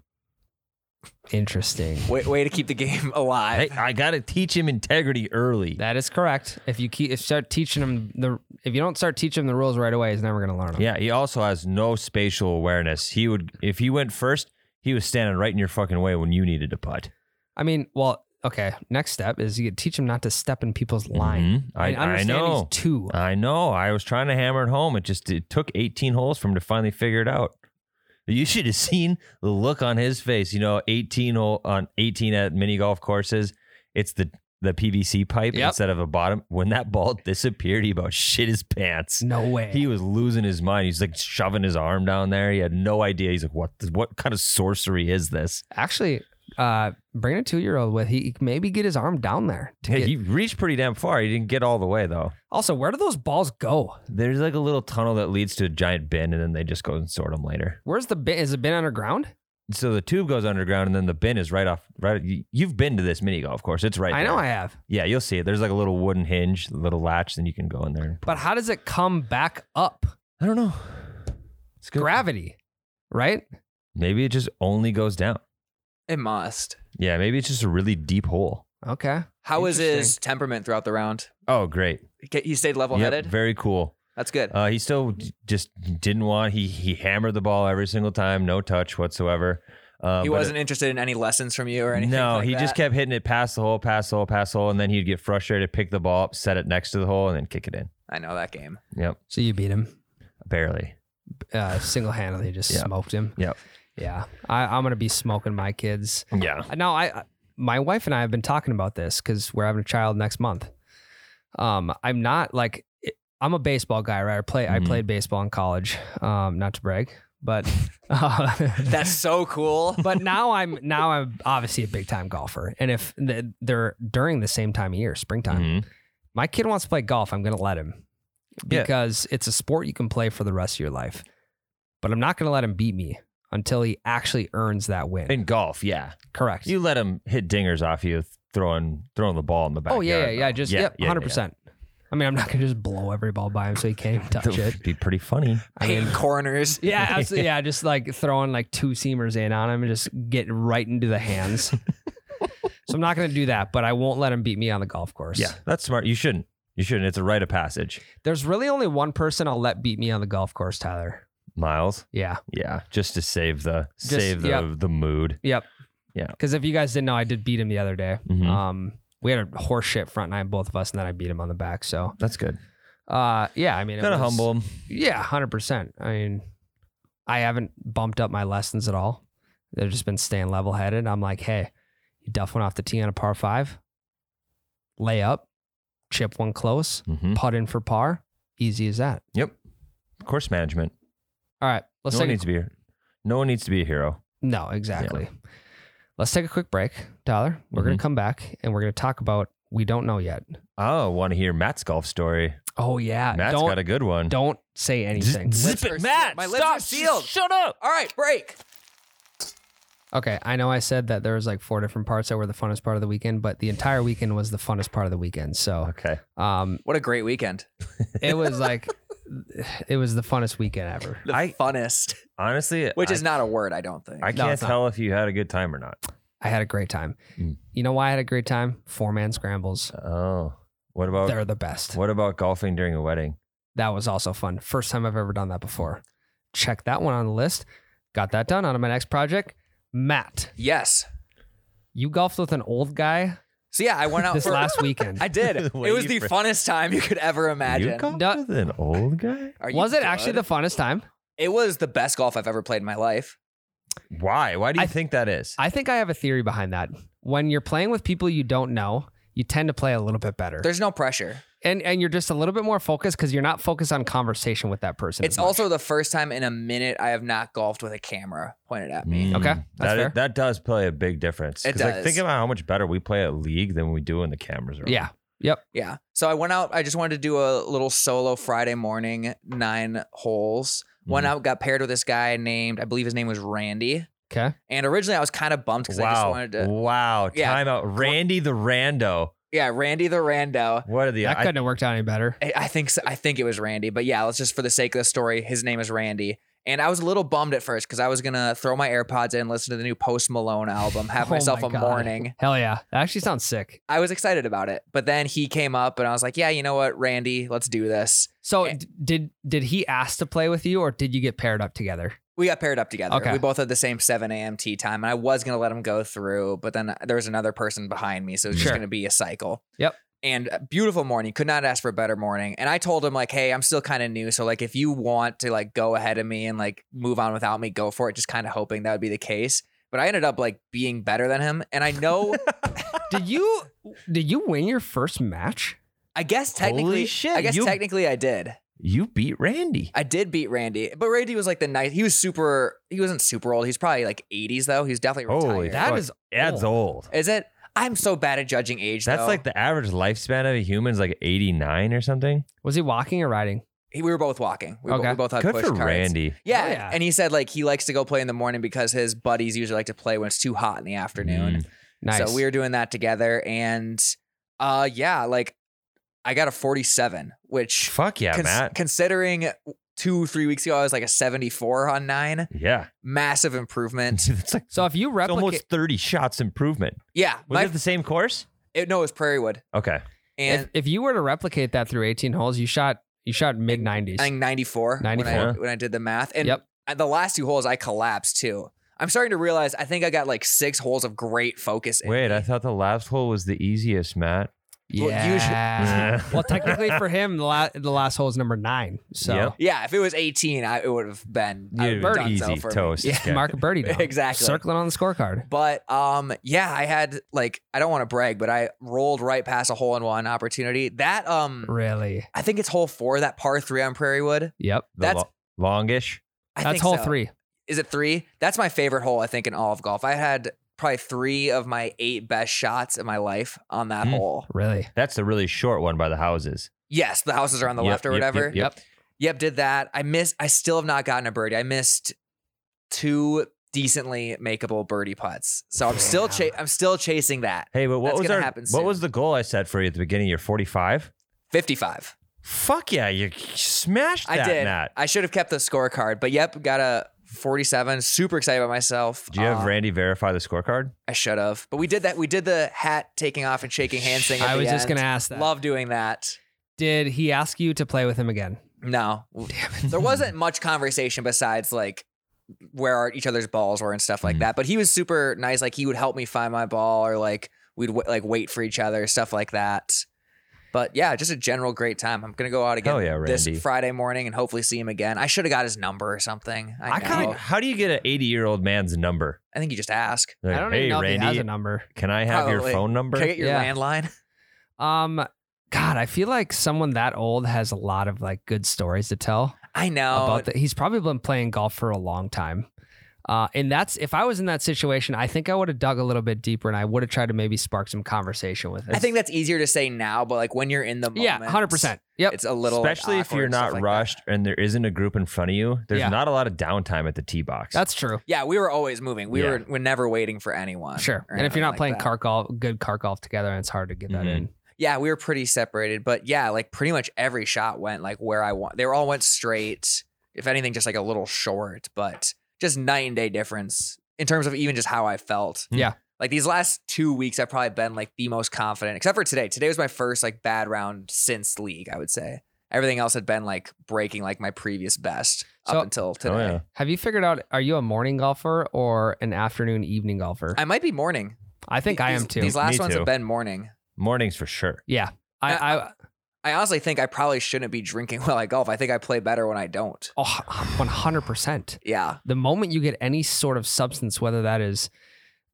interesting. Way, way to keep the game alive. Hey, I got to teach him integrity early. That is correct. If you keep if start teaching him the if you don't start teaching him the rules right away, he's never going to learn them. Yeah, he also has no spatial awareness. He would, if he went first, he was standing right in your fucking way when you needed to putt. I mean, well, okay. Next step is you teach him not to step in people's line. Mhm. I, mean, I, understand know. He's two. I know. I was trying to hammer it home. It just it took 18 holes for him to finally figure it out. You should have seen the look on his face. You know, 18 hole on 18 at mini golf courses. It's the the PVC pipe Yep. instead of a bottom. When that ball disappeared, he about shit his pants. no way. He was losing his mind. He's like shoving his arm down there. He had no idea. He's like, what? What kind of sorcery is this? Actually, uh, bring a two-year-old with. He he can maybe get his arm down there. to Yeah, get- he reached pretty damn far. He didn't get all the way though. also, where do those balls go? There's like a little tunnel that leads to a giant bin, and then they just go and sort them later. Where's the bin? Is the bin underground? So the tube goes underground, and then the bin is right off. Right, you- you've been to this mini golf course. It's right. I there. know I have, Yeah, you'll see it. There's like a little wooden hinge, little latch, then you can go in there. and- but how does it come back up? I don't know. It's good. Gravity, right? Maybe it just only goes down. It must. Yeah, maybe it's just a really deep hole. Okay. How was his Interesting. temperament throughout the round? Oh, great. He- He stayed level Yep, headed. very cool. That's good. Uh, he still j- just didn't want. He he hammered the ball every single time, no touch whatsoever. Uh, he but wasn't interested in any lessons from you or anything. no, like he just that? kept hitting it past the hole, past the hole, past the hole, and then he'd get frustrated, pick the ball up, set it next to the hole, and then kick it in. I know that game. Yep, So you beat him barely. uh, single-handedly. Just Yeah. smoked him. Yep. Yeah. I, I'm gonna be smoking my kids. Yeah. No, Uh, I, I- my wife and I have been talking about this because we're having a child next month. Um, I'm not like it- I'm a baseball guy, right? I play I Mhm. played baseball in college. Um, not to brag, but uh, That's so cool. but now I'm now I'm obviously a big time golfer, and if th- they're during the same time of year, springtime, Mhm. my kid wants to play golf, I'm going to let him Yeah. because it's a sport you can play for the rest of your life. But I'm not going to let him beat me until he actually earns that win. In golf, yeah, Correct. you let him hit dingers off you, throwing throwing the ball in the back. Oh yeah, yeah, yeah. Just yep, hundred percent. I mean, I'm not gonna just blow every ball by him so he can't even touch it. That'd be pretty funny. I Paint mean, corners. yeah, absolutely. Yeah, just like throwing like two seamers in on him and just get right into the hands. So I'm not going to do that, but I won't let him beat me on the golf course. Yeah, that's smart. You shouldn't. You shouldn't. It's a rite of passage. There's really only one person I'll let beat me on the golf course, Tyler. Miles. Yeah. Yeah, just to save the Just- save the yep. the mood. Yep. Yeah. Because if you guys didn't know, I did beat him the other day. Mhm. Um, we had a horseshit front nine, both of us, and then I beat him on the back. So, That's good. uh, yeah, I mean, it Gotta was- humble him. Yeah, hundred percent. I mean, I haven't bumped up my lessons at all. They've just been staying level headed. I'm like, hey, you duff one off the tee on a par five, lay up, chip one close, hmm putt in for par. Easy as that. Yep. Course management. All right, let's no take one a- needs to be. No one needs to be a hero. No, exactly. Let's take a quick break, Tyler. We're Mm-hmm. going to come back and we're going to talk about we don't know yet. Oh, want to hear Matt's golf story? Oh yeah, Matt's don't got a good one. don't say anything. Zip are it, sealed. Matt. My lips stop. are sealed. Shut up. All right, break. okay, I know I said that there was like four different parts that were the funnest part of the weekend, but the entire weekend was the funnest part of the weekend. So, Okay. um, What a great weekend. it was like it was the funnest weekend ever. The I- funnest, Honestly, which I, is not a word, I don't think. I No, can't it's not. tell if you had a good time or not. I had a great time. Mm. You know why I had a great time? Four man scrambles. Oh, what about They're the best. what about golfing during a wedding? That was also fun. First time I've ever done that before. Check that one on the list. Got that done on my next project. Matt, yes. you golfed with an old guy So yeah, I went out this for last weekend. I did. it The way was you the fra- funnest time you could ever You imagine. golfed No. with an old guy? Are you was it actually the good? funnest time? It was the best golf I've ever played in my life. Why? Why do you I- think that is? I think I have a theory behind that. When you're playing with people you don't know, you tend to play a little bit better. There's no pressure. and and you're just a little bit more focused because you're not focused on conversation with that person. It's as much. also the first time in a minute I have not golfed with a camera pointed at me. Mm, Okay, that's that, fair. that does play a big difference. It 'Cause, Like, does. think about how much better we play at league than we do when the cameras are. on. Yeah. Yeah. So I went out. I just wanted to do a little solo Friday morning, nine holes. Went Mhm. out, got paired with this guy named, I believe his name was Randy. Okay. And originally I was kind of bummed because I just Wow. wanted to. Wow. Yeah. Time out. Randy the rando. Yeah, Randy the Rando. What are the that I- couldn't have worked out any better. I I think so. I think it was Randy, but yeah, let's just for the sake of the story, his name is Randy. And I was a little bummed at first because I was gonna throw my AirPods in, listen to the new Post Malone album, have Oh myself my a God. morning. Hell yeah. That actually sounds sick. I was excited about it, but then he came up and I was like, "Yeah, you know what, Randy, let's do this." So Yeah. d- did did he ask to play with you or did you get paired up together? We got paired up together. Okay. We both had the same 7 a.m. tea time, and I was gonna let him go through, but then there was another person behind me, so it was Sure. just gonna be a cycle. Yep. And a beautiful morning, could not ask for a better morning. And I told him like, "Hey, I'm still kind of new, so like, if you want to like go ahead of me and like move on without me, go for it." Just kind of hoping that would be the case. But I ended up like being better than him, and I know, Did you did you win your first match? I guess technically, shit, I guess you- technically I did. you beat Randy. I did beat Randy, but Randy was like the nice. He was super. He wasn't super old. He's probably like 80s though. He's definitely retired. Holy That Fuck. is That's old. Is it? I'm so bad at judging age. That's though. like the average lifespan of a human is like 89 or something. Was he walking or riding? He- we were both walking. We, Okay. we both had Good push for carts. Randy. Yeah, Oh, yeah. and he said like he likes to go play in the morning because his buddies usually like to play when it's too hot in the Mm, afternoon. Nice. So we were doing that together, and uh, yeah, like I got a 47, which Fuck yeah, cons- Matt. considering two three weeks ago I was like a 74 on nine, Yeah. massive improvement. it's like So if you it's replicate almost 30 shots improvement. Yeah, Was my, it the same course? it, no, it was Prairie Wood, Okay. and if, if you were to replicate that through 18 holes, you shot you shot mid 90s. I think 94, When, I, 94. when I did the math. And Yep. I- the last two holes, I collapsed too. I'm starting to realize I think I got like six holes of great focus. in Wait, me. I thought the last hole was the easiest, Matt. well, yeah. usually- well, technically for him, the, la- the last hole is number nine. So Yep. yeah, if it was 18, I, it would have been I Dude, would've done easy so Uh, for me. toast. Yeah. Yeah. mark a birdie down. Exactly. Circling on the scorecard. But um, yeah, I had like I don't want to brag, but I rolled right past a hole in one opportunity. That um, Really? I think it's hole four, that par three on Prairie Wood. Yep. The That's- lo- longish. I That's think hole so. three. Is it three? That's my favorite hole. I think in all of golf, I had probably three of my eight best shots in my life on that Mm. hole. Really? That's the really short one by the houses. Yes, the houses are on the Yep, left or yep, yep, whatever. yep. Yep, did that. I missed. I still have not gotten a birdie. I missed two decently makeable birdie putts. So I'm still cha- Damn. I'm still chasing that Hey, but what That's was gonna our, happen what was soon. the goal I set for you at the beginning? You're 45. 55. Fuck yeah, you smashed I that, did. Matt. I should have kept the scorecard, but yep, got a 47. Super excited about myself. Do you have Um, Randy verify the scorecard? I should have. But we did that. We did the hat taking off and shaking hands thing. At I the was just end. gonna ask that. Love doing that. Did he ask you to play with him again? No, there wasn't much conversation besides like where our, each other's balls were and stuff like Mhm. that. But he was super nice. Like he would help me find my ball, or like we'd w- like wait for each other, stuff like that. But yeah, just a general great time. I'm gonna go out again Hell yeah, this Randy. Friday morning and hopefully see him again. I should have got his number or something. I, I know. kinda- How do you get an 80 year old man's number? I think you just ask. I Like, don't hey, even know if he has Randy, a number. can I have your Probably. phone Can I number? get your Yeah. landline? Um, God, I feel like someone that old has a lot of like good stories to tell I know. about that. He's probably been playing golf for a long time. Uh, and that's if I was in that situation, I think I would have dug a little bit deeper and I would have tried to maybe spark some conversation with him. I think that's easier to say now, but like when you're in the moment, yeah, hundred percent. Yep. It's a little, like, Especially if awkward you're and stuff not like that. rushed and there isn't a group in front of you. There's Yeah. not a lot of downtime at the tee box. that's true. Yeah, we were always moving. We Yeah. were we're never waiting for anyone. Sure. or And if you're anything not like playing that. cart golf, good cart golf together, and it's hard to get that Mhm. in. yeah, we were pretty separated. But yeah, like pretty much every shot went like where I want. They were all went straight. If anything, just like a little short, but just night and day difference in terms of even just how I felt. Mm. Yeah. Like these last two weeks, I've probably been like the most confident, except for today. Today was my first like bad round since league. I would say everything else had been like breaking like my previous best So- up until Oh, today. yeah. Have you figured out? Are you a morning golfer or an afternoon evening golfer? I might be morning. I think I am too. These last Me ones too. have been morning. Mornings for sure. yeah, I, I, I uh, honestly think I probably shouldn't be drinking while I golf. I think I play better when I don't. oh, 100%. Yeah. The moment you get any sort of substance, whether that is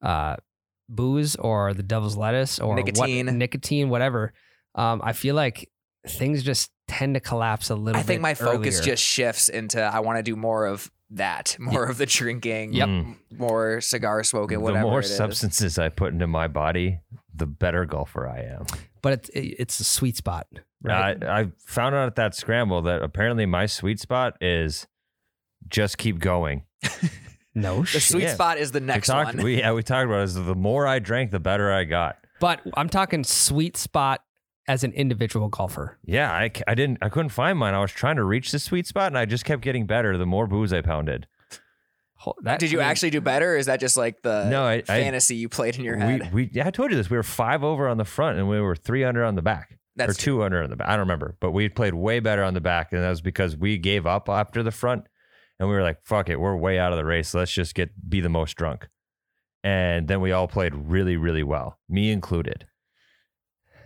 uh, booze or the devil's lettuce or what- Nicotine. nicotine, whatever, um, I feel like things just tend to collapse a little I think bit my focus earlier. just shifts into I want to do more of that, more of the drinking, Yep. Mm. more cigar smoking, the whatever. more it is. substances I put into my body, the better golfer I am. But it's, it's a sweet spot, right? I, I found out at that scramble that apparently my sweet spot is just keep going. no The shit. sweet Yeah. spot is the next we talked, one. We, yeah, we talked about it. Is the more I drank, the better I got. But I'm talking sweet spot as an individual golfer. Yeah, I, c- I didn't I couldn't find mine. I was trying to reach the sweet spot, and I just kept getting better the more booze I pounded. Ho- That, Did you I mean, mm. actually do better? Or is that just like the no, I, I fantasy you played Uh, in your we, head? we yeah, I told you this. We were five over on the front, and we were three under on the back, That's or two under on the back. I don't remember, but we played way better on the back, and that was because we gave up after the front, and we were like, "Fuck it, we're way out of the race. Let's just get be the most drunk." And then we all played really, really well, me included.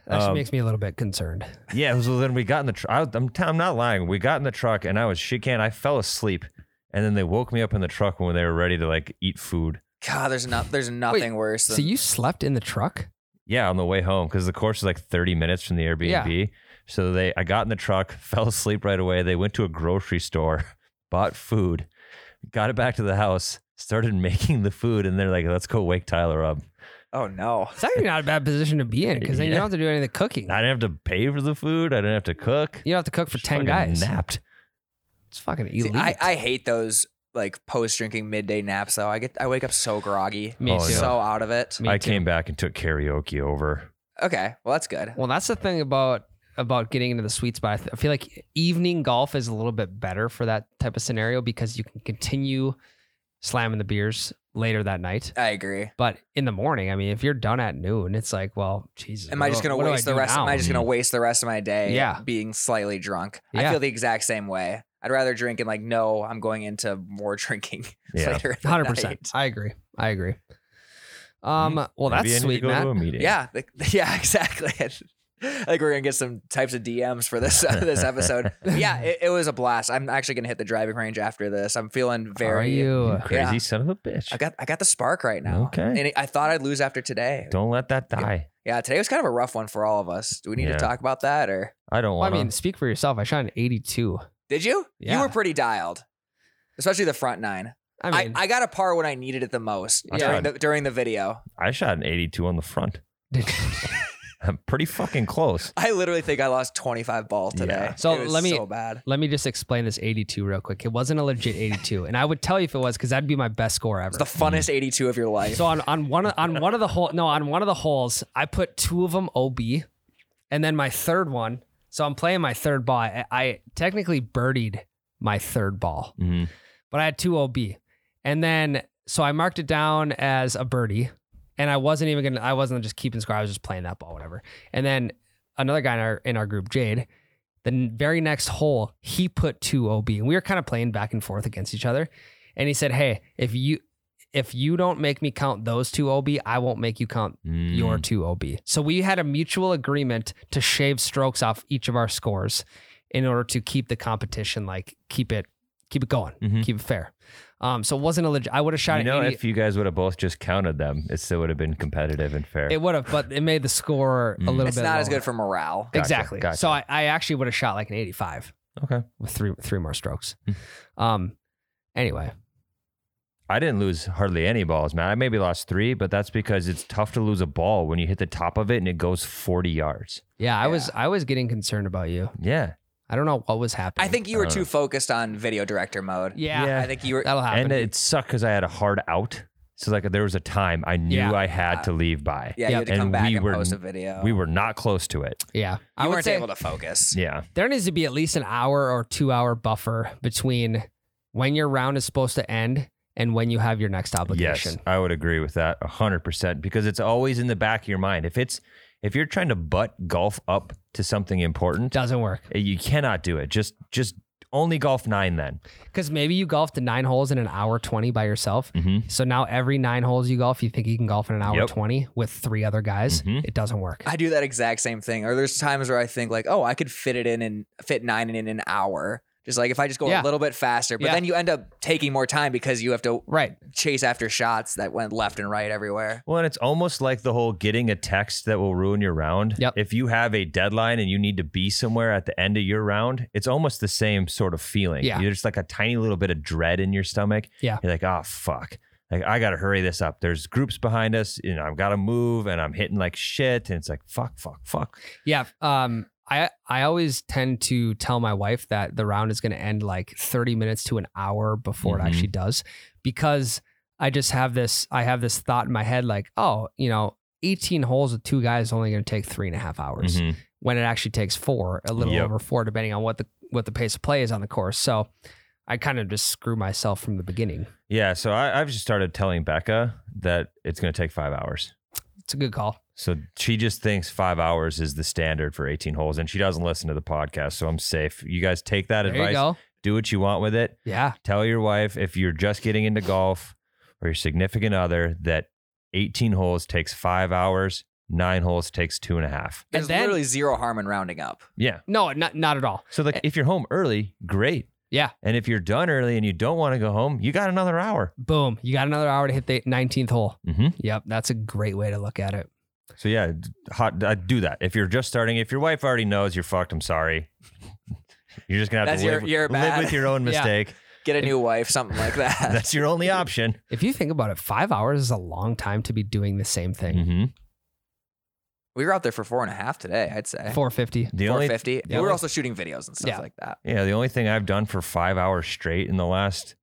That actually um, makes me a little bit concerned. Yeah, so then we got in the truck. I'm, t- I'm not lying. We got in the truck and I was shit can. I fell asleep. And then they woke me up in the truck when they were ready to like eat food. God, there's not there's nothing worse than So you slept in the truck? Yeah, on the way home because the course is like 30 minutes from the Airbnb. So they, I got in the truck, fell asleep right away. They went to a grocery store, bought food, got it back to the house, started making the food, and they're like, "Let's go wake Tyler up." Oh no. It's actually not a bad position to be in because then you Yeah. don't have to do any of the cooking. I didn't have to pay for the food. I didn't have to cook. You don't have to cook for Just ten fucking guys. Napped. It's fucking See, elite. I, I hate those like post drinking midday naps though. I get I wake up so groggy. Me Oh, too. yeah. So out of it. Me I too. came back and took karaoke over. Okay. Well that's good. Well, that's the thing about about getting into the sweet spot. I, th- I feel like evening golf is a little bit better for that type of scenario because you can continue slamming the beers later that night. I agree. But in the morning, I mean, if you're done at noon, it's like, well, Jesus. Am I just what do- gonna what do I waste the do rest? now? Am I just gonna waste the rest of my day? Yeah. being slightly drunk. Yeah. I feel the exact same way. I'd rather drink and like, no, I'm going into more drinking Yeah. later. in the Hundred percent. night. Mm-hmm. I agree. I agree. Um. Well, Maybe I that's need sweet, to go to a Matt. meeting. Yeah, like- yeah, exactly. I think we're gonna get some types of DMs for this this episode. yeah, it, it was a blast. I'm actually gonna hit the driving range after this. I'm feeling How are very. you? Crazy Yeah. son of a bitch. I got I got the spark right now. Okay. And I thought I'd lose after today. Don't let that die. Yeah, today was kind of a rough one for all of us. Do we need Yeah. to talk about that or I don't Well, I want mean, to. speak for yourself. I shot an 82. did you? Yeah. You were pretty dialed. Especially the front nine. I I, mean, I, got a par when I needed it the most I during, tried. the, during the video. I shot an 82 on the front. I'm pretty fucking close. I literally think I lost 25 balls today. Yeah. So It was let me- so bad. let me just explain this 82 real quick. It wasn't a legit 82, and I would tell you if it was because that'd be my best score ever. It's the funnest 82 of your life. So on, on one of, on one of the hole, no, on one of the holes, I put two of them OB, and then my third one. So I'm playing my third ball. I, I technically birdied my third ball, Mhm. but I had two OB. And then, so I marked it down as a birdie. And I wasn't even gonna, I wasn't just keeping score. I was just playing that ball, whatever. And then another guy in our, in our group, Jade, the n- very next hole, he put two OB. And we were kind of playing back and forth against each other. And he said, Hey, if you, if you don't make me count those two OB, I won't make you count Mm-hmm. Mm. your two OB. So we had a mutual agreement to shave strokes off each of our scores in order to keep the competition like keep it keep it going, Mhm. keep it fair. Um, so it wasn't a legit. I would have shot You know, at 80, if you guys would have both just counted them, it still would have been competitive and fair. it would have, but it made the score a Mm. little It's bit. not as lower. good for morale. Gotcha, exactly. gotcha. So I, I actually would have shot like an eighty-five okay. Mm. with three three more strokes. um, anyway, I didn't lose hardly any balls, man. I maybe lost three, but that's because it's tough to lose a ball when you hit the top of it and it goes 40 yards. yeah, I was Yeah. I was getting concerned about you. Yeah. I don't know what was happening. I think you were Uh, too focused on video director mode. yeah, Yeah. I think you were. that'll happen. And it sucked because I had a hard out. So, like, there was a time I knew Yeah. I had to leave by. Yeah, you yeah. had to And come back we and were- post a video. We were not close to it. yeah, You I would weren't say able to focus. Yeah. there needs to be at least an hour or two hour buffer between when your round is supposed to end and when you have your next obligation. Yes. I would agree with that 100% because it's always in the back of your mind. If it's, if you're trying to butt golf up to something important, eh, Doesn't work you cannot do it. Just, just only golf nine then. because maybe you golfed the nine holes in an hour 20 by yourself. Mm-hmm. So now every nine holes you golf, you think you can golf in an hour Yep. 20 with three other guys. Mhm. It doesn't work. I do that exact same thing. Or there's times where I think like, oh, I could fit it in and fit nine in an hour. Just like if I just go Yeah. a little bit faster, but Yeah. then you end up taking more time because you have to right. chase after shots that went left and right everywhere. Well, and it's almost like the whole getting a text that will ruin your round. Yep. If you have a deadline and you need to be somewhere at the end of your round, it's almost the same sort of feeling. Yeah. You're just like a tiny little bit of dread in your stomach. Yeah. You're like, oh fuck. Like I gotta hurry this up. There's groups behind us, you know, I've gotta move and I'm hitting like shit. And it's like fuck, fuck, fuck. Yeah. Um, I, I always tend to tell my wife that the round is going to end like 30 minutes to an hour before Mhm. it actually does because I just have this, I have this thought in my head like, oh, you know, 18 holes with two guys is only going to take three and a half hours Mhm. when it actually takes four, a little Yep. over four, depending on what the, what the pace of play is on the course. So I kind of just screw myself from the beginning. Yeah. So I, I've just started telling Becca that it's gonna take five hours. It's a good call. So she just thinks five hours is the standard for 18 holes, and she doesn't listen to the podcast. So I'm safe. You guys take that There you advice. go. do what you want with it. Yeah. Tell your wife if you're just getting into golf or your significant other that 18 holes takes five hours, nine holes takes two and a half. And There's then- literally zero harm in rounding up. Yeah. No, not, not at all. So, like, if you're home early, great. Yeah. And if you're done early and you don't want to go home, you got another hour. Boom. You got another hour to hit the 19th hole. Mm-hmm. Yep. That's a great way to look at it. So, yeah, d- hot, uh, do that. If you're just starting, if your wife already knows you're fucked, I'm sorry. You're just going to have That's to your- live, your live bad. with your own Yeah. mistake. Get a new wife, something like that. That's your only option. If you think about it, five hours is a long time to be doing the same thing. Mm-hmm. we were out there for four and a half today, I'd Mm-hmm. say. 450. The Four only fifty. the We were only- also shooting videos and stuff Yeah. like that. Yeah, the only thing I've done for five hours straight in the last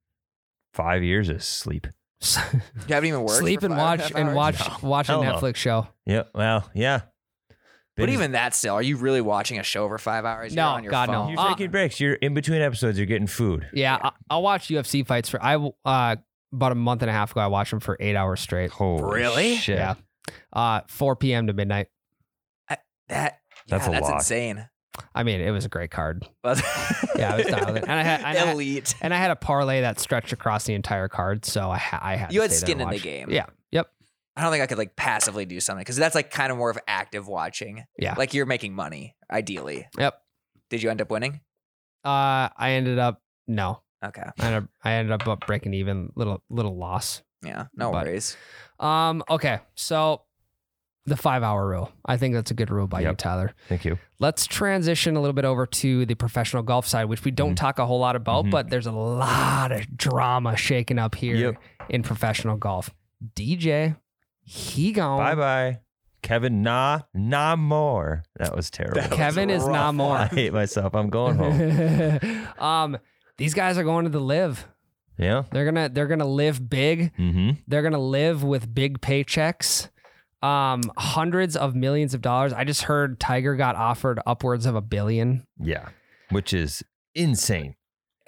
five years is sleep. You haven't even worked. Sleep for and five watch half and hours? watch watch a Hell no. Netflix show. Yeah, well, yeah. But Binge- even that still, are you really watching a show for five hours? You're No, on your God, no. phone. you're Uh, taking breaks. You're in between episodes. You're getting food. Yeah, I, I'll watch UFC fights for I uh about a month and a half ago. I watched them for eight hours straight. Holy Really? Shit. Yeah, uh, four p.m. to midnight. That That's that's, a that's lot. insane. I mean, it was a great card. But Yeah, I was done with it. And I had- and I- elite. And I had a parlay that stretched across the entire card, so I, ha- I had You to had stay there skin in and the watch. game. Yeah, yep, I don't think I could like passively do something because that's like kind of more of active watching. Yeah. like you're making money ideally. yep. Did you end up winning? Uh, I ended up no, Okay, I ended up, I ended up breaking even, little little loss. yeah, no But- worries. Um, okay, so the five hour rule. I think that's a good rule by you, Yep. Tyler. Thank you. Let's transition a little bit over to the professional golf side, which we don't Mhm. talk a whole lot about, Mhm. but there's a lot of drama shaking up here Yep. in professional golf. DJ, he Oh. gone. Bye bye, Kevin. Nah, nah more. That was terrible. That was Kevin is rough. not I more. hate myself. I'm going home. um, these guys are going to the live. yeah. They're gonna they're gonna live big. Mm-hmm. They're gonna live with big paychecks, um, hundreds of millions of dollars. I just heard Tiger got offered upwards of a billion. Yeah. Which is insane.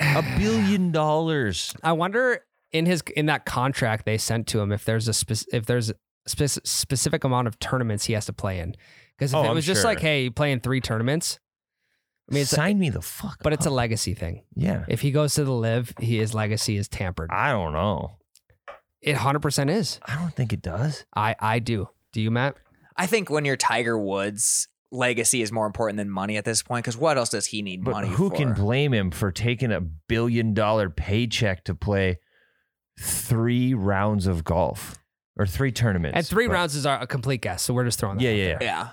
A billion dollars. I wonder in his in that contract they sent to him if there's a spec- if there's a spec- specific amount of tournaments he has to play in. Because if Oh, it I'm was just like, sure. hey, you play in three tournaments, I mean, it's a- Sign me the fuck. but it's a up. legacy thing. yeah. If he goes to the live, he, his legacy is tampered. I don't know. It hundred percent is. I don't think it does. I I do. Do you, Matt? I think when you're Tiger Woods, legacy is more important than money at this point. Because what else does he need But money who for? can blame him for taking a billion dollar paycheck to play three rounds of golf or three tournaments? and three But- rounds is our, a complete guess, so we're just throwing. That Yeah, out yeah, there. yeah. Yeah.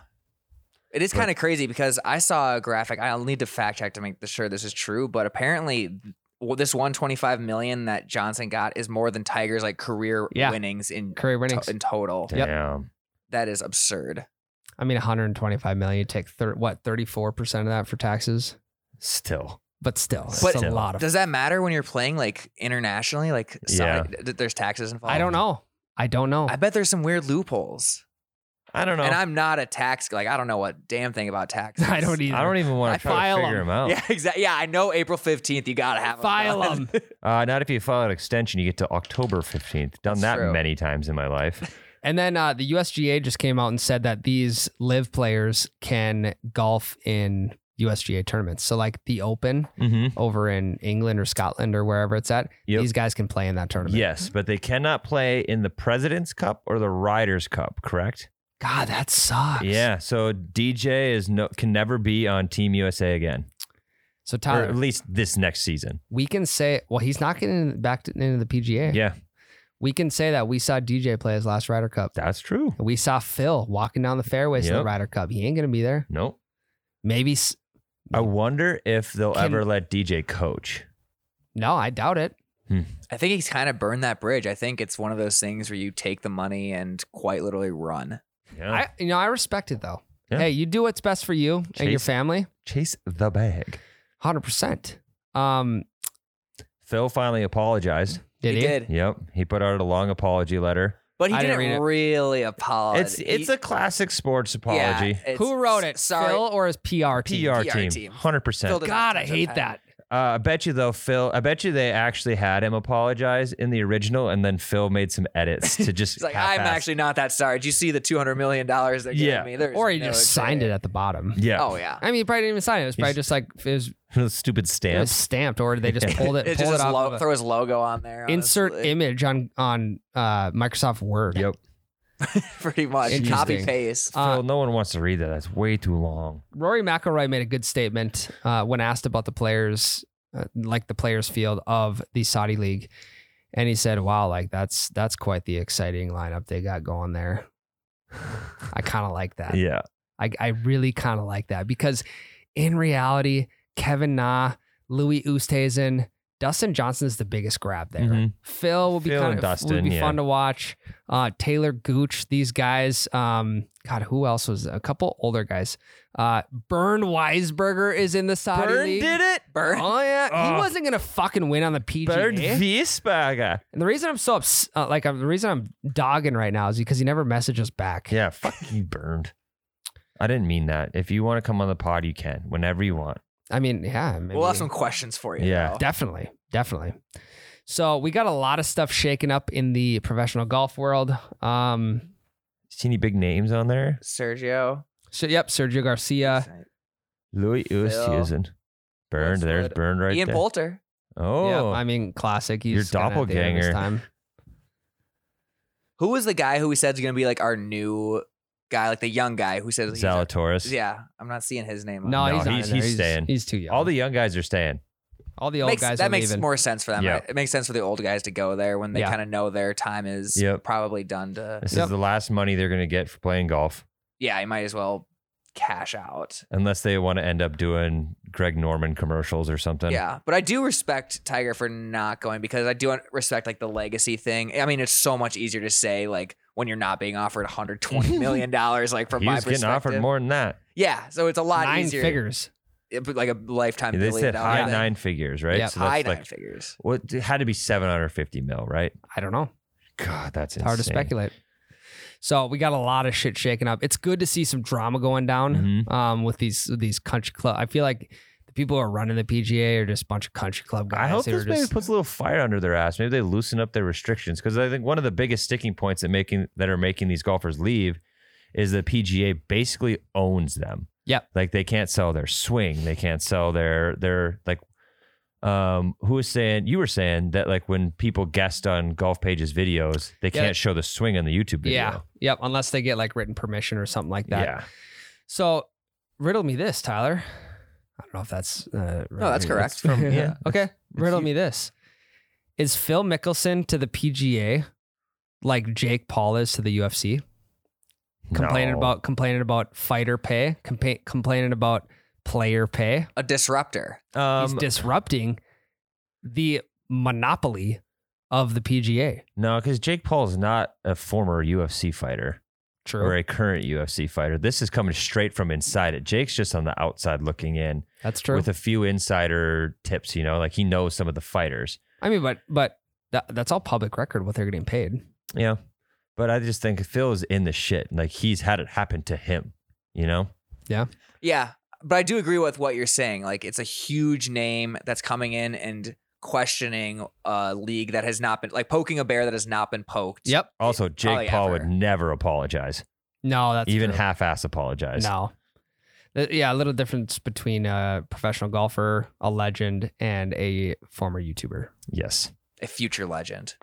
It is But- kind of crazy because I saw a graphic. I'll need to fact check to make sure this is true, but apparently well, this 125 million that Johnson got is more than Tiger's like career Yeah. winnings in Curry winnings. to- in total. Yep. Damn. That is absurd. I mean, 125 million. You take thir- what 34 percent of that for taxes, Still. but still, it's But a still. lot of. Does that matter when you're playing like internationally? Like, so- Yeah. like, th- there's taxes involved. I don't know. I don't know. I bet there's some weird loopholes. I don't know. And I'm not a tax like I don't know what damn thing about taxes. I don't e-, either. I don't even I want to try file to figure 'em. him out. Yeah, exactly. Yeah, I know April 15th you got to have 'em File done. 'em. Uh, not if you file an extension, you get to October 15th. Done That's that true. many times in my life. And then uh, the USGA just came out and said that these live players can golf in USGA tournaments. So like the Open Mm-hmm. over in England or Scotland or wherever it's at, Yep. these guys can play in that tournament. Yes, but they cannot play in the President's Cup or the Riders' Cup, correct? God, that sucks. Yeah. So DJ is no can never be on Team USA again, So or uh, at Tyler, least this next season. we can say well, he's not getting back to, into the PGA. Yeah, We can say that we saw DJ play his last Ryder Cup. that's true. We saw Phil walking down the fairways to the Yep. Ryder Cup. He ain't gonna be there. Nope. Maybe s- I wonder if they'll Can- ever let DJ coach. no, I doubt it. I think he's kind of burned that bridge. I think it's one of those things where you take the money and quite literally run. Yeah. I you know, I respect it though. Yeah. Hey, you do what's best for you and your Chase- family. Chase the bag. Hundred percent. Um, Phil finally apologized. did he? did, Yep, he put out a long apology letter. but he I didn't didn't, read it. really apologize. It's it's a classic sports He- Uh, yeah, apology. it's- Who wrote it? s- Sorry, Phil or his PR team? PR, PR team, team. hundred Phil percent. did not God, I touch on hate that. Uh, I bet you though, Phil. I bet you they actually had him apologize in the original, and then Phil made some edits to just. It's like half-ass- I'm actually not that sorry. Did you see the 200 million dollars they're giving Yeah. me? There's Or he no just way. signed it at the bottom. Yeah, Oh yeah, I mean, he probably didn't even sign it. It was probably He's- just like it was, it stupid was stamps. stamped, or they just pulled it, it's pulled it just his off. lo- of a- throw his logo on there. insert honestly. image on on uh, Microsoft Word. Yep. pretty much copy Interesting. paste. Uh, Phil, no one wants to read that. That's way too long. Rory McIlroy made a good statement uh, when asked about the players, uh, like the players' field of the Saudi league, and he said, "Wow, like that's that's quite the exciting lineup they got going there." I kind of like Uh, that. Yeah. I, I really kind of like that because in reality, Kevin Na, Louis Oosthuizen, Dustin Johnson is the biggest grab there. Mhm. Phil will be Phil kind and of would Dustin, be yeah. fun to watch. Uh, Taylor Gooch, these guys. Um, God, who else was a couple older guys? Uh, Bern Weisberger is in the Saudi league. it. Burn. Oh yeah, he Ugh. wasn't gonna fucking win on the E PGA. Bird Wiesberger. and the reason I'm so ups- uh, like I'm, the reason I'm dogging right now is because he never messages back. Yeah, fuck you, burned. I didn't mean that. If you want to come on the pod, you can whenever you want. I mean, yeah. Maybe. We'll have some questions for you. Yeah. though. Definitely. Definitely. So we got a lot of stuff shaken up in the professional golf world. Um, See any big names on there? Sergio. so yep, Sergio Garcia, Louis Oosthuizen. Burned. There's Westwood. burned right Ian there. Poulter. Oh, Yep, I mean classic. He's Your kinda at the end of his doppelganger. Time. Who was the guy who we said is going to be like our new guy, like the young guy who said he's our- Zalatoris. Yeah, I'm not seeing his name. on No, it. he's, not he's- in there. he's staying. He's too young. All the young guys are staying. all the old Makes- guys that are makes leaving. more sense for them. Yeah. right? It makes sense for the old guys to go there when they Yeah. kind of know their time is Yep. probably done. To This Yep. is the last money they're going to get for playing golf, yeah, you might as well cash out. unless they want to end up doing Greg Norman commercials or something. Yeah, but I do respect Tiger for not going because I do respect like the legacy thing. I mean, it's so much easier to say like when you're not being offered 120 million dollars, like from he my was perspective. getting offered more than that. Yeah, so it's a lot Nine easier. figures. Yeah, but, like a lifetime. they billion said dollar high thing. nine figures, right? Yeah, so that's high like nine figures. what it had to be 750 mil, right? I don't know. God, It's that's insane. hard to speculate. So we got a lot of Mm-hmm. shit shaken up. It's good to see some drama going down um, with these with these country club. I feel like people who are running the PGA are just a bunch of country club guys. I hope who are this maybe just- puts a little fire under their ass. Maybe they loosen up their restrictions because I think one of the biggest sticking points that making that are making these golfers leave is the PGA basically owns them. Yep. like they can't sell their swing, they can't sell their their like. Um, who was saying you were saying that like when people guest on Golf Page's videos, they Yeah. can't show the swing on the YouTube video. yeah, yep. Unless they get like written permission or something like that. yeah. So riddle me this, Tyler. I don't know if that's uh, No, that's riddle me this. correct. From, yeah. Okay, riddle me this: Is Phil Mickelson to the PGA like Jake Paul is to the UFC? Complaining No. about complaining about fighter pay, compa- complaining about player pay. a disruptor. He's um, disrupting the monopoly of the PGA. no, because Jake Paul's not a former UFC fighter. True. or a current UFC fighter. This is coming straight from inside it. Jake's just on the outside looking in That's true. with a few insider tips, you know, like he knows some of the fighters. I mean, but but that, that's all public record what they're getting paid. Yeah. But I just think Phil is in the shit. Like he's had it happen to him, you know? Yeah, but I do agree with what you're saying. Like, it's a huge name that's coming in and questioning a league that has not been like poking a bear that has not been poked. Yep. Also, Jake Probably Paul ever. would never apologize, No, that's even true. half ass apologize. No. Th- Yeah, a little difference between a professional golfer, a legend, and a former YouTuber. Yes. A future legend,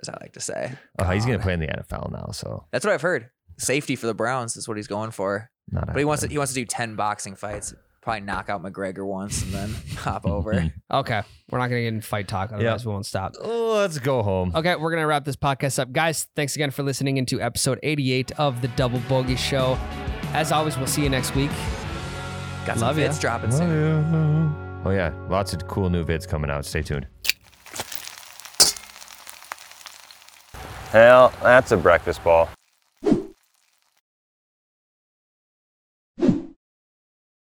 as I like to say. Oh, he's going to God. play in the NFL now. So That's what I've heard. Safety for the Browns is what he's going for. not But he wants to, he wants to do ten boxing fights. Probably knock out McGregor once and then hop over. Okay, we're not going to get in fight talk. Otherwise, we won't stop. Oh, let's go home. Okay, we're going to wrap this podcast up. Guys, thanks again for listening into episode 88 of the Double Bogey Show. As always, we'll see you next week. Got some Love ya. hits dropping soon. Oh, yeah. Lots of cool new vids coming out. Stay tuned. Hell, that's a breakfast ball.